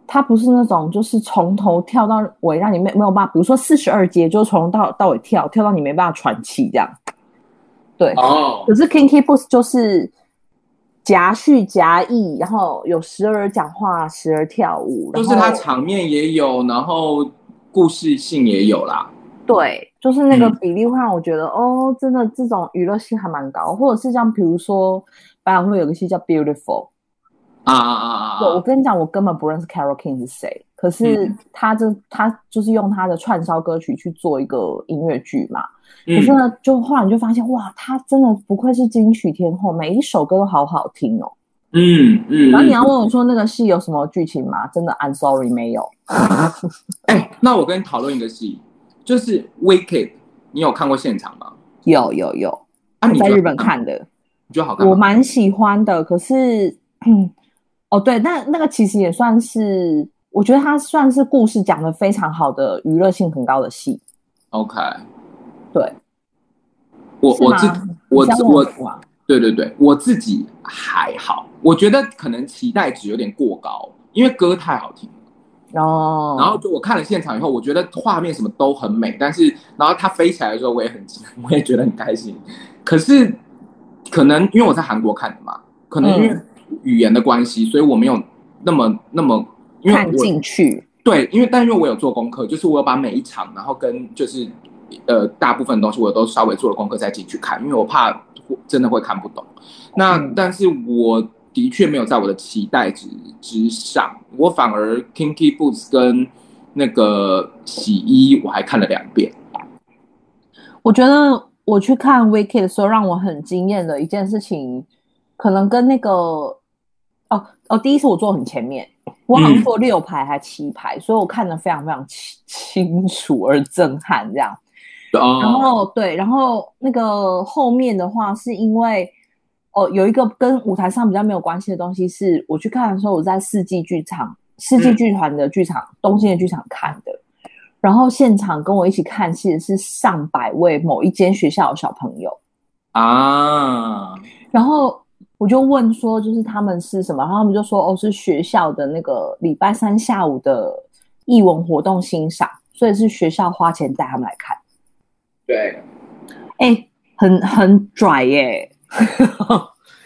Speaker 2: 他不是那种，就是从头跳到尾，让你没没有办法，比如说四十二节，就是从头到到尾跳，跳到你没办法喘气这样。对，
Speaker 1: 哦，
Speaker 2: 可是 Kinky Boots 就是夹叙夹议，然后有时而讲话，时而跳舞，然
Speaker 1: 就
Speaker 2: 后
Speaker 1: 是它场面也有，然后故事性也有啦。
Speaker 2: 对，就是那个
Speaker 1: 嗯
Speaker 2: 比例会让我觉得，哦，真的这种娱乐性还蛮高，或者是像比如说百老汇有个戏叫 Beautiful。
Speaker 1: 啊啊啊啊
Speaker 2: 对，我
Speaker 1: 啊！
Speaker 2: 跟你讲，我根本不认识 Carol King 是谁，可是
Speaker 1: 嗯
Speaker 2: 他这他就是用他的串烧歌曲去做一个音乐剧嘛。可是
Speaker 1: 嗯，
Speaker 2: 呢，就后来你就发现，哇，他真的不愧是金曲天后，每一首歌都好好听哦。
Speaker 1: 嗯嗯，
Speaker 2: 然后
Speaker 1: 嗯
Speaker 2: 你要问我说那个戏有什么剧情吗？真的，I'm sorry，没有。
Speaker 1: 哎、那我跟你讨论一个戏，就是《Wicked》，你有看过现场吗？
Speaker 2: 有有有，
Speaker 1: 啊，你觉
Speaker 2: 在
Speaker 1: 得
Speaker 2: 日本看的，
Speaker 1: 你觉得好看
Speaker 2: 我
Speaker 1: 吗？
Speaker 2: 蛮喜欢的。可是，嗯，哦对，那那个其实也算是，我觉得它算是故事讲的非常好的娱乐性很高的戏。
Speaker 1: OK，
Speaker 2: 对，
Speaker 1: 我
Speaker 2: 是
Speaker 1: 我
Speaker 2: 吗
Speaker 1: 自我
Speaker 2: 你这样
Speaker 1: 自
Speaker 2: 问
Speaker 1: 我
Speaker 2: 我啊
Speaker 1: 对对对，我自己还好，我觉得可能期待值有点过高，因为歌太好听了。
Speaker 2: 哦，
Speaker 1: 然后就我看了现场以后，我觉得画面什么都很美，但是然后它飞起来的时候，我也很我也觉得很开心。可是可能因为我在韩国看的嘛，可能因为
Speaker 2: 嗯
Speaker 1: 语言的关系，所以我没有那么那么。因为
Speaker 2: 看
Speaker 1: 我
Speaker 2: 进去，
Speaker 1: 对，因为但因为我有做功课，就是我有把每一场，然后跟就是呃大部分东西我都稍微做了功课再进去看，因为我怕真的会看不懂。那、
Speaker 2: 嗯
Speaker 1: 但是我的确没有在我的期待值之上，我反而 Kinky Boots 跟那个洗衣我还看了两遍。
Speaker 2: 我觉得我去看《Wicked》的时候，让我很惊艳的一件事情，可能跟那个哦哦，第一次我坐很前面，我好
Speaker 1: 嗯
Speaker 2: 像坐六排还七排，所以我看得非常非常清清楚而震撼这样。然
Speaker 1: 哦，
Speaker 2: 后对，然后那个后面的话是因为。哦，有一个跟舞台上比较没有关系的东西是，我去看的时候，我在世纪剧场、世纪
Speaker 1: 嗯
Speaker 2: 剧团的剧场、东京的剧场看的。然后现场跟我一起看戏的是上百位某一间学校的小朋友，
Speaker 1: 啊，
Speaker 2: 然后我就问说，就是他们是什么？然后他们就说，哦，是学校的那个礼拜三下午的艺文活动欣赏，所以是学校花钱带他们来看。
Speaker 1: 对，
Speaker 2: 哎，很很拽耶、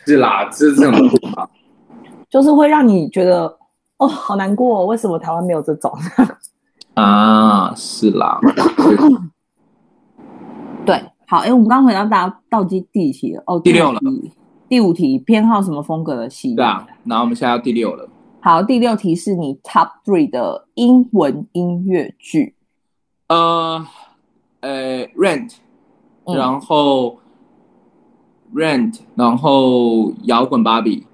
Speaker 1: 是啦，这是这种啊
Speaker 2: 就是会让你觉得，哦，好难过、哦，为什么台湾没有这种？
Speaker 1: 啊，是啦，
Speaker 2: 对，好，哎，我们刚回到大到第第几题了？哦，
Speaker 1: 第六了
Speaker 2: 五题，第五题，偏好什么风格的戏？
Speaker 1: 对啊。然后我们现在要第六了，
Speaker 2: 好，第六题是你 top three 的英文音乐剧。
Speaker 1: 呃，呃，Rent。
Speaker 2: 嗯
Speaker 1: 然后 Rent，然后摇滚芭比，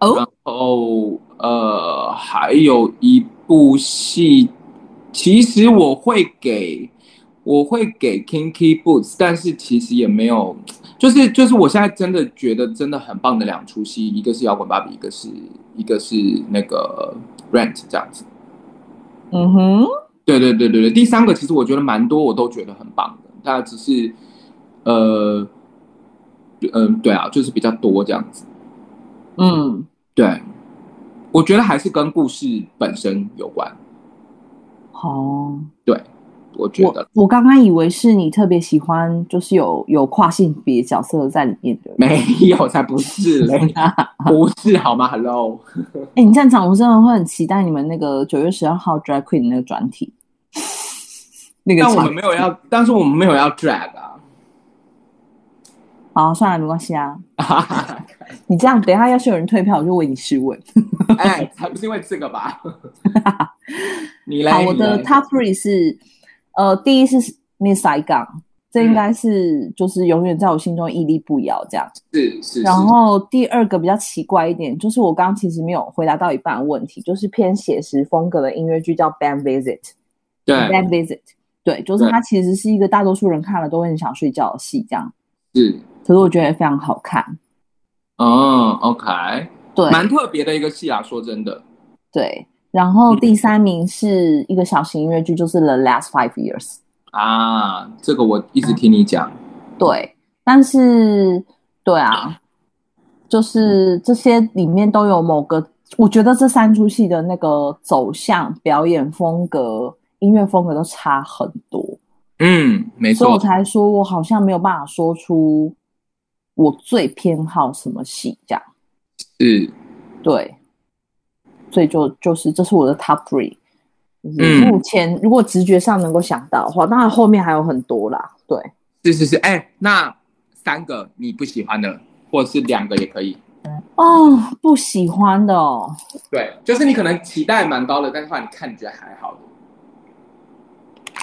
Speaker 1: 然
Speaker 2: 哦，
Speaker 1: 后呃还有一部戏，其实我会给我会给 Kinky Boots，但是其实也没有，就是就是我现在真的觉得真的很棒的两出戏，一个是摇滚芭比，一个是一个是那个 Rent 这样子。
Speaker 2: 嗯哼，
Speaker 1: 对对对对对，第三个其实我觉得蛮多，我都觉得很棒的，但只是，呃，嗯、对啊，就是比较多这样子。
Speaker 2: 嗯，
Speaker 1: 对，我觉得还是跟故事本身有关，
Speaker 2: 好。哦
Speaker 1: 我觉得
Speaker 2: 我我刚刚以为是你特别喜欢，就是有有跨性别角色在里面的。
Speaker 1: 没有才不是 嘞，不是好吗？Hello，
Speaker 2: 哎、你这样讲，我真的会很期待你们那个九月十二号 Drag Queen 的那个专题。 那个
Speaker 1: 但我
Speaker 2: 场
Speaker 1: 们没有要，但是我们没有要 drag 啊，
Speaker 2: 好，算了，没关系啊。你这样，等一下要是有人退票，我就为你试问。
Speaker 1: 哎，才不是因为这个 吧？你嘞
Speaker 2: 好，，我
Speaker 1: 你
Speaker 2: 的
Speaker 1: 嘞
Speaker 2: Top Three 是，呃，第一是 Miss Saigon，这应该是就是永远在我心中屹立不摇这样。
Speaker 1: 是是是，
Speaker 2: 然后第二个比较奇怪一点，就是我刚刚其实没有回答到一半的问题，就是偏写实风格的音乐剧叫《Band Visit》。
Speaker 1: 对
Speaker 2: Band Visit，对，就是
Speaker 1: 对
Speaker 2: 它其实是一个大多数人看了都会很想睡觉的戏，这样。
Speaker 1: 是
Speaker 2: 可是我觉得非常好看。
Speaker 1: 哦，OK，
Speaker 2: 对
Speaker 1: 蛮特别的一个戏啊，说真的，
Speaker 2: 对，然后第三名是一个小型音乐剧，就是《The Last Five Years》。
Speaker 1: 啊，这个我一直听你讲，
Speaker 2: 对，但是对啊，就是这些里面都有某个，我觉得这三出戏的那个走向、表演风格、音乐风格都差很多，
Speaker 1: 嗯，没
Speaker 2: 所以我
Speaker 1: 错，
Speaker 2: 才说我好像没有办法说出我最偏好什么戏这样。
Speaker 1: 是
Speaker 2: 对，所以就就是这是我的 top three。就是
Speaker 1: 嗯
Speaker 2: 目前如果直觉上能够想到的话，当然后面还有很多啦。对，
Speaker 1: 是是是，哎、那三个你不喜欢的，或者是两个也可以。
Speaker 2: 哦，不喜欢的哦，
Speaker 1: 对，就是你可能期待蛮高的，但是话你看你觉得还好的。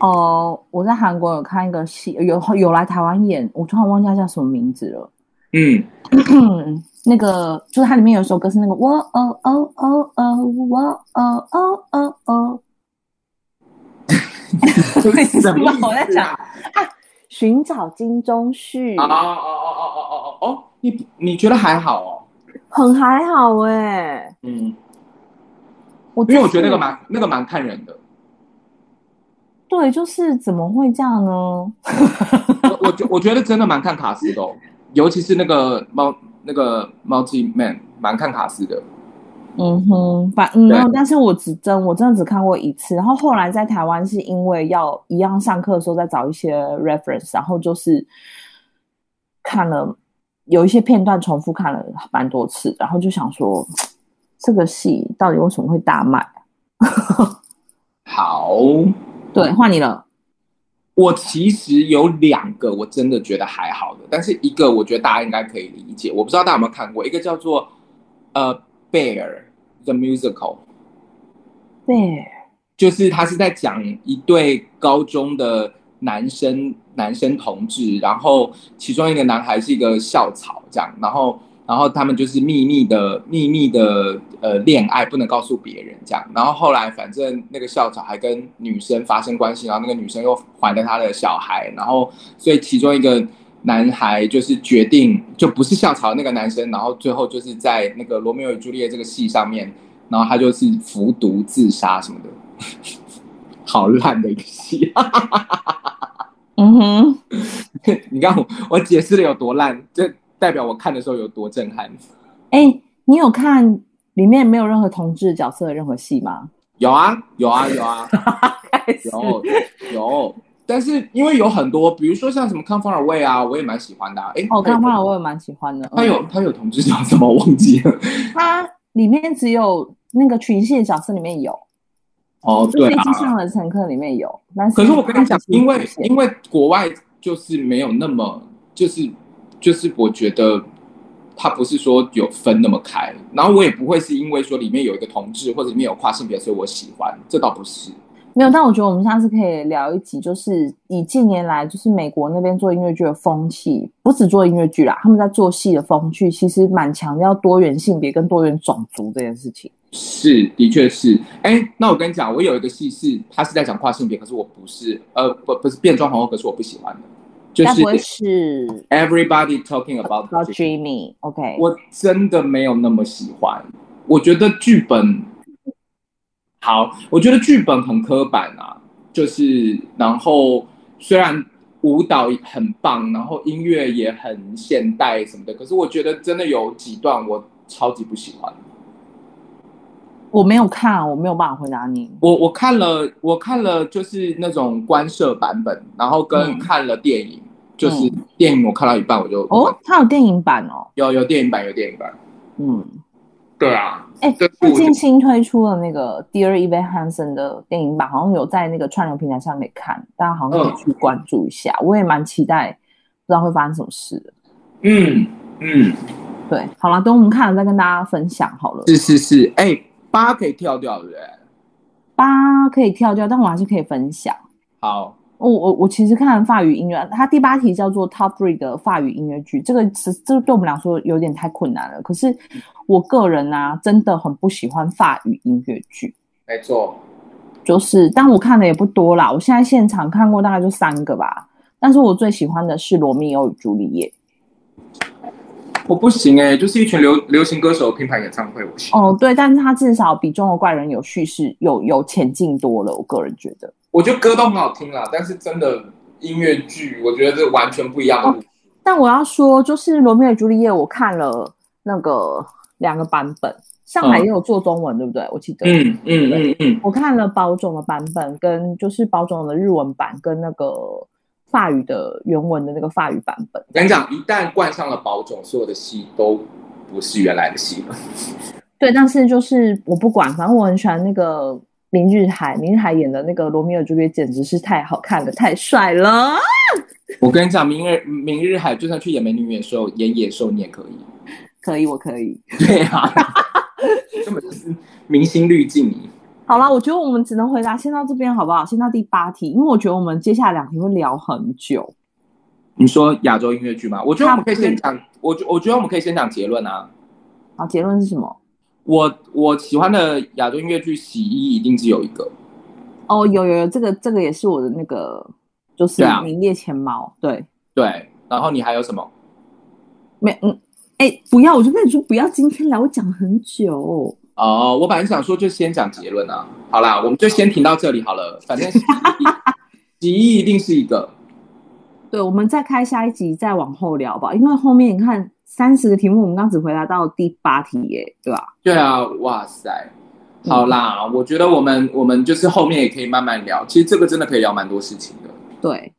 Speaker 2: 哦，我在韩国有看一个戏，有有来台湾演，我突然忘记它叫什么名字了。
Speaker 1: 嗯，
Speaker 2: 那个就是它里面有一首歌是那个我哦哦哦哦我哦哦哦哦
Speaker 1: 什么意思啊
Speaker 2: 我在想啊，寻找金钟旭，
Speaker 1: 哦哦哦哦哦哦哦哦，你你觉得还好哦？
Speaker 2: 很还好哎、
Speaker 1: 嗯，
Speaker 2: 我
Speaker 1: 因为我
Speaker 2: 就
Speaker 1: 觉
Speaker 2: 是
Speaker 1: 得那个蛮那个蛮看人的。
Speaker 2: 对，就是怎么会这样呢？
Speaker 1: 我我觉我觉得真的蛮看卡斯的、哦，尤其是那个猫那个 Multi Man 蛮看卡斯的。
Speaker 2: 嗯哼，反嗯，
Speaker 1: 对
Speaker 2: 没有但是我只真我真的只看过一次，然后后来在台湾是因为要一样上课的时候再找一些 reference，然后就是看了有一些片段重复看了蛮多次，然后就想说这个戏到底为什么会大卖？
Speaker 1: 好，
Speaker 2: 对，换你了，
Speaker 1: 我其实有两个我真的觉得还好的，但是一个我觉得大家应该可以理解，我不知道大家有没有看过，一个叫做呃 Bear the Musical。
Speaker 2: 对，
Speaker 1: 就是他是在讲一对高中的男生男生同志，然后其中一个男孩是一个校草这样，然后然后他们就是秘密的秘密的呃恋爱，不能告诉别人这样，然后后来反正那个校草还跟女生发生关系，然后那个女生又怀了他的小孩，然后所以其中一个。男孩就是决定就不是校草那个男生，然后最后就是在那个《罗密欧与朱丽叶》这个戏上面，然后他就是服毒自杀什么的，好烂的一个戏。
Speaker 2: 嗯哼，
Speaker 1: 你看我我解释的有多烂，这代表我看的时候有多震撼。
Speaker 2: 哎，你有看里面没有任何同志角色的任何戏吗？
Speaker 1: 有啊有啊有啊
Speaker 2: 开始
Speaker 1: 有有，但是因为有很多，比如说像什么《Come Far Away》啊，我也蛮喜欢的、啊。哎、
Speaker 2: 哦，
Speaker 1: 他有
Speaker 2: 看完了我也蛮喜欢的，
Speaker 1: 他
Speaker 2: 嗯
Speaker 1: 有他有同志叫什么我忘记了？
Speaker 2: 它里面只有那个群戏的角色里面有，
Speaker 1: 哦，
Speaker 2: 就
Speaker 1: 对
Speaker 2: 飞机上
Speaker 1: 啊。
Speaker 2: 的乘客里面有，但是
Speaker 1: 可是我跟你讲
Speaker 2: 它，不是
Speaker 1: 因为
Speaker 2: 主线
Speaker 1: 因为国外就是没有那么，就是就是我觉得他不是说有分那么开，然后我也不会是因为说里面有一个同志或者里面有跨性别，所以我喜欢，这倒不是。
Speaker 2: 没有，但我觉得我们下次可以聊一集，就是以近年来就是美国那边做音乐剧的风气，不止做音乐剧啦，他们在做戏的风气其实蛮强调多元性别跟多元种族这件事情。
Speaker 1: 是，的确是。哎，那我跟你讲，我有一个戏是，他是在讲跨性别，可是我不是，呃，不不是变装皇后，可是我不喜欢的，就
Speaker 2: 该
Speaker 1: 是
Speaker 2: 不会是
Speaker 1: Everybody talking about
Speaker 2: about
Speaker 1: Jane
Speaker 2: Jimmy？OK，、
Speaker 1: 我真的没有那么喜欢。我觉得剧本好，我觉得剧本很刻板啊，就是然后虽然舞蹈很棒，然后音乐也很现代什么的，可是我觉得真的有几段我超级不喜欢。
Speaker 2: 我没有看，我没有办法回答你。
Speaker 1: 我我看了，我看了就是那种官设版本，然后跟
Speaker 2: 嗯
Speaker 1: 看了电影，就是电影我看到一半我就
Speaker 2: 哦，它有电影版哦，
Speaker 1: 有有电影版有电影版，
Speaker 2: 嗯，
Speaker 1: 对啊，
Speaker 2: 哎，
Speaker 1: 对
Speaker 2: 最
Speaker 1: 我
Speaker 2: 近新推出的那个 Dear Evan Hansen 的电影版，好像有在那个串流平台上可以看，大家好像可
Speaker 1: 嗯
Speaker 2: 以去关注一下。我也蛮期待，不知道会发生什么事的。
Speaker 1: 嗯嗯，
Speaker 2: 对，好了，等我们看了再跟大家分享好了。
Speaker 1: 是是是，哎、八可以跳掉对不对？
Speaker 2: 八可以跳掉，但我还是可以分享。
Speaker 1: 好，
Speaker 2: 我我我其实看法语音乐，它第八题叫做 Top Three 的法语音乐剧，这个词这对我们来说有点太困难了。可是我个人啊，真的很不喜欢法语音乐剧，
Speaker 1: 没错，
Speaker 2: 就是但我看的也不多啦，我现在现场看过大概就三个吧。但是我最喜欢的是《罗密欧与朱丽叶
Speaker 1: 我不行哎、就是一群流流行歌手拼盘演唱会，我》行。
Speaker 2: 哦，对，但是它至少比《中国怪人》有叙事、有有前进多了。我个人觉得，
Speaker 1: 我觉得歌都很好听啦，但是真的音乐剧，我觉得这完全不一样的路。
Speaker 2: 但我要说，就是《罗密欧与朱丽叶》，我看了那个两个版本，上
Speaker 1: 嗯
Speaker 2: 海也有做中文，对不对？我记得，
Speaker 1: 嗯嗯嗯嗯，
Speaker 2: 我看了宝冢的版本，跟就是宝冢的日文版，跟那个法语的原文的那个法语版本。
Speaker 1: 我跟你讲，一旦冠上了宝冢，所有的戏都不是原来的戏了。
Speaker 2: 对，但是就是我不管，反正我很喜欢那个明日海，明日海演的那个罗密欧与朱丽叶简直是太好看了，太帅了。
Speaker 1: 我跟你讲，明日明日海就算去演美女野兽，演野兽你也可以。
Speaker 2: 可以，我可以。
Speaker 1: 对啊，根本就是明星滤镜。
Speaker 2: 好啦，我觉得我们只能回答先到这边好不好？先到第八题，因为我觉得我们接下来两题会聊很久。
Speaker 1: 你说亚洲音乐剧吗？我觉得我们可以先
Speaker 2: 差
Speaker 1: 讲，我觉我觉得我们可以先讲结论啊。
Speaker 2: 好，结论是什么？
Speaker 1: 我我喜欢的亚洲音乐剧《洗衣》一定只有一个，
Speaker 2: 哦，有有有，这个这个也是我的那个，就是
Speaker 1: 对啊
Speaker 2: 名列前茅。对，
Speaker 1: 对。然后你还有什么？
Speaker 2: 没，嗯，哎、不要，我就跟你说不要，今天来我讲很久。
Speaker 1: 哦，我本来想说就先讲结论啊。好啦，我们就先停到这里好了。反正洗衣 洗衣一定是一个，
Speaker 2: 对，我们再开下一集，再往后聊吧，因为后面你看三十个题目，我们刚只回答到第八题耶，对吧？
Speaker 1: 对啊，哇塞，好啦，我觉得我们我们就是后面也可以慢慢聊。其实这个真的可以聊蛮多事情的。
Speaker 2: 对，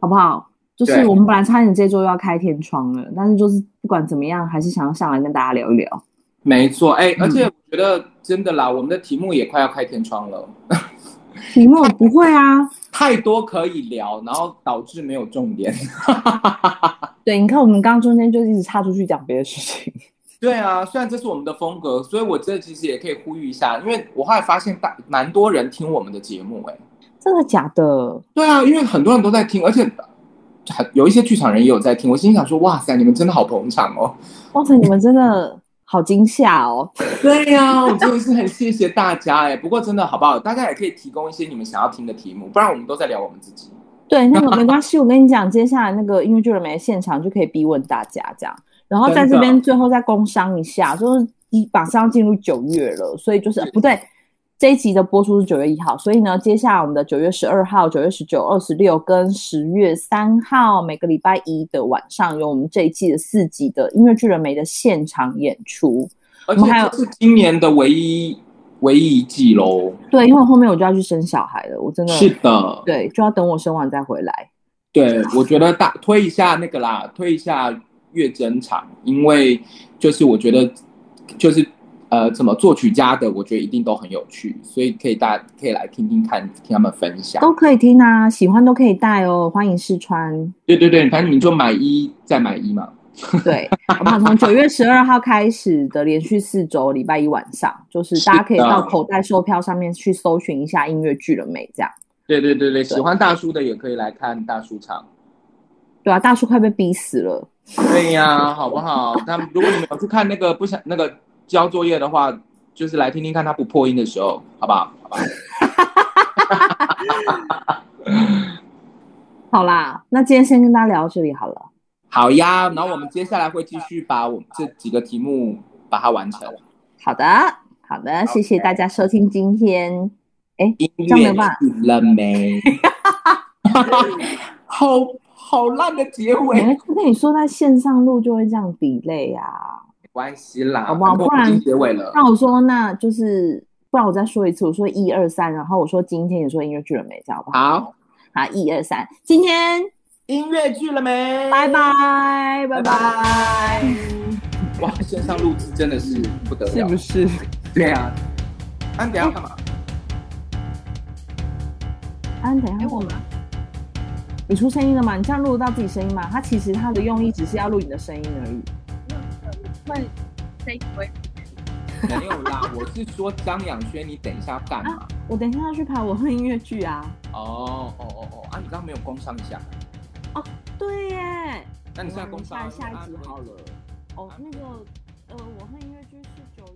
Speaker 2: 好不好？就是
Speaker 1: 对
Speaker 2: 我们本来差点这周又要开天窗了，但是就是不管怎么样，还是想要上来跟大家聊一聊。
Speaker 1: 没错，哎、而且我觉得真的啦，我们的题目也快要开天窗了，
Speaker 2: 题目不会啊，
Speaker 1: 太多可以聊，然后导致没有重点。
Speaker 2: 对，你看我们刚刚中间就一直插出去讲别的事情。
Speaker 1: 对啊，虽然这是我们的风格，所以我这其实也可以呼吁一下，因为我后来发现大蛮多人听我们的节目、哎，
Speaker 2: 真的假的？
Speaker 1: 对啊，因为很多人都在听，而且很有一些剧场人也有在听。我心想说，哇塞，你们真的好捧场哦。
Speaker 2: 哇塞，你们真的好惊吓哦！
Speaker 1: 对呀、我真的是很谢谢大家哎、不过真的好不好？大家也可以提供一些你们想要听的题目，不然我们都在聊我们自己。
Speaker 2: 对，那个没关系，我跟你讲，接下来那个音乐剧人没现场就可以逼问大家这样，然后在这
Speaker 1: 真
Speaker 2: 边
Speaker 1: 的
Speaker 2: 最后再工商一下，就是一马上进入九月了，所以就是、呃不对，这一集的播出是九月一号，所以呢，接下来我们的九月十二号、九月十九、二十六跟十月三号，每个礼拜一的晚上有我们这一季的四集的音乐剧人没的现场演出。
Speaker 1: 而
Speaker 2: 我们还有
Speaker 1: 且这是今年的唯一唯一一季喽。
Speaker 2: 对，因为后面我就要去生小孩了，我真的
Speaker 1: 是的，
Speaker 2: 对，就要等我生完再回来。
Speaker 1: 对，我觉得大推一下那个啦，推一下月真场，因为就是我觉得就是呃，怎么作曲家的，我觉得一定都很有趣，所以可以大家可以来听听看，听他们分享。
Speaker 2: 都可以听啊，喜欢都可以带哦，欢迎试穿。
Speaker 1: 对对对，反正你就买一再买一嘛。
Speaker 2: 对，我们从九月十二号开始的连续四周，礼拜一晚上，就是大家可以到口袋售票上面去搜寻一下音乐剧了没？这样，
Speaker 1: 对对对对，喜欢大叔的也可以来看大叔场。
Speaker 2: 对啊，大叔快被逼死了。
Speaker 1: 对呀、好不好？他们如果你们有去看那个不想那个交作业的话，就是来听听看他不破音的时候，好不好？好吧。
Speaker 2: 好啦，那今天先跟大家聊到这里好了。
Speaker 1: 好呀，然后我们接下来会继续把我们这几个题目把它完成。
Speaker 2: 好的，好的，谢谢大家收听今天。
Speaker 1: 音
Speaker 2: 这样
Speaker 1: 乐
Speaker 2: 没办法
Speaker 1: 死了没？ 好好烂的结
Speaker 2: 哎我
Speaker 1: 尾，没
Speaker 2: 跟你说，在线上录就会这样 delay 啊。
Speaker 1: 关系啦，
Speaker 2: 好不好
Speaker 1: 反正我们已经结尾了。
Speaker 2: 那我说，那就是不然我再说一次，我说一二三，然后我说今天也说音乐剧了没，这样好不好？
Speaker 1: 好，
Speaker 2: 好，一二三，今天
Speaker 1: 音乐剧了没？
Speaker 2: 拜拜，拜
Speaker 1: 拜
Speaker 2: 拜，
Speaker 1: 拜。哇，线上录制真的是不得了，
Speaker 2: 是不是？
Speaker 1: 对啊。那你等一下干嘛？
Speaker 2: 安、等一
Speaker 3: 哎，
Speaker 2: 下，
Speaker 3: 我们
Speaker 2: 你出声音了吗？你这样录得到自己声音吗？它其实它的用意只是要录你的声音而已。
Speaker 3: 会再回
Speaker 1: 没有啦，我是说张养轩，你等一下干嘛？
Speaker 2: 我等一下要去排我会音乐剧啊。
Speaker 1: 啊哦哦哦哦，啊，你刚刚没有工商一下，
Speaker 2: 对耶，
Speaker 1: 那你现在工
Speaker 2: 我
Speaker 1: 商
Speaker 2: 们下一集好了。哦，那个呃，我会音乐剧是九。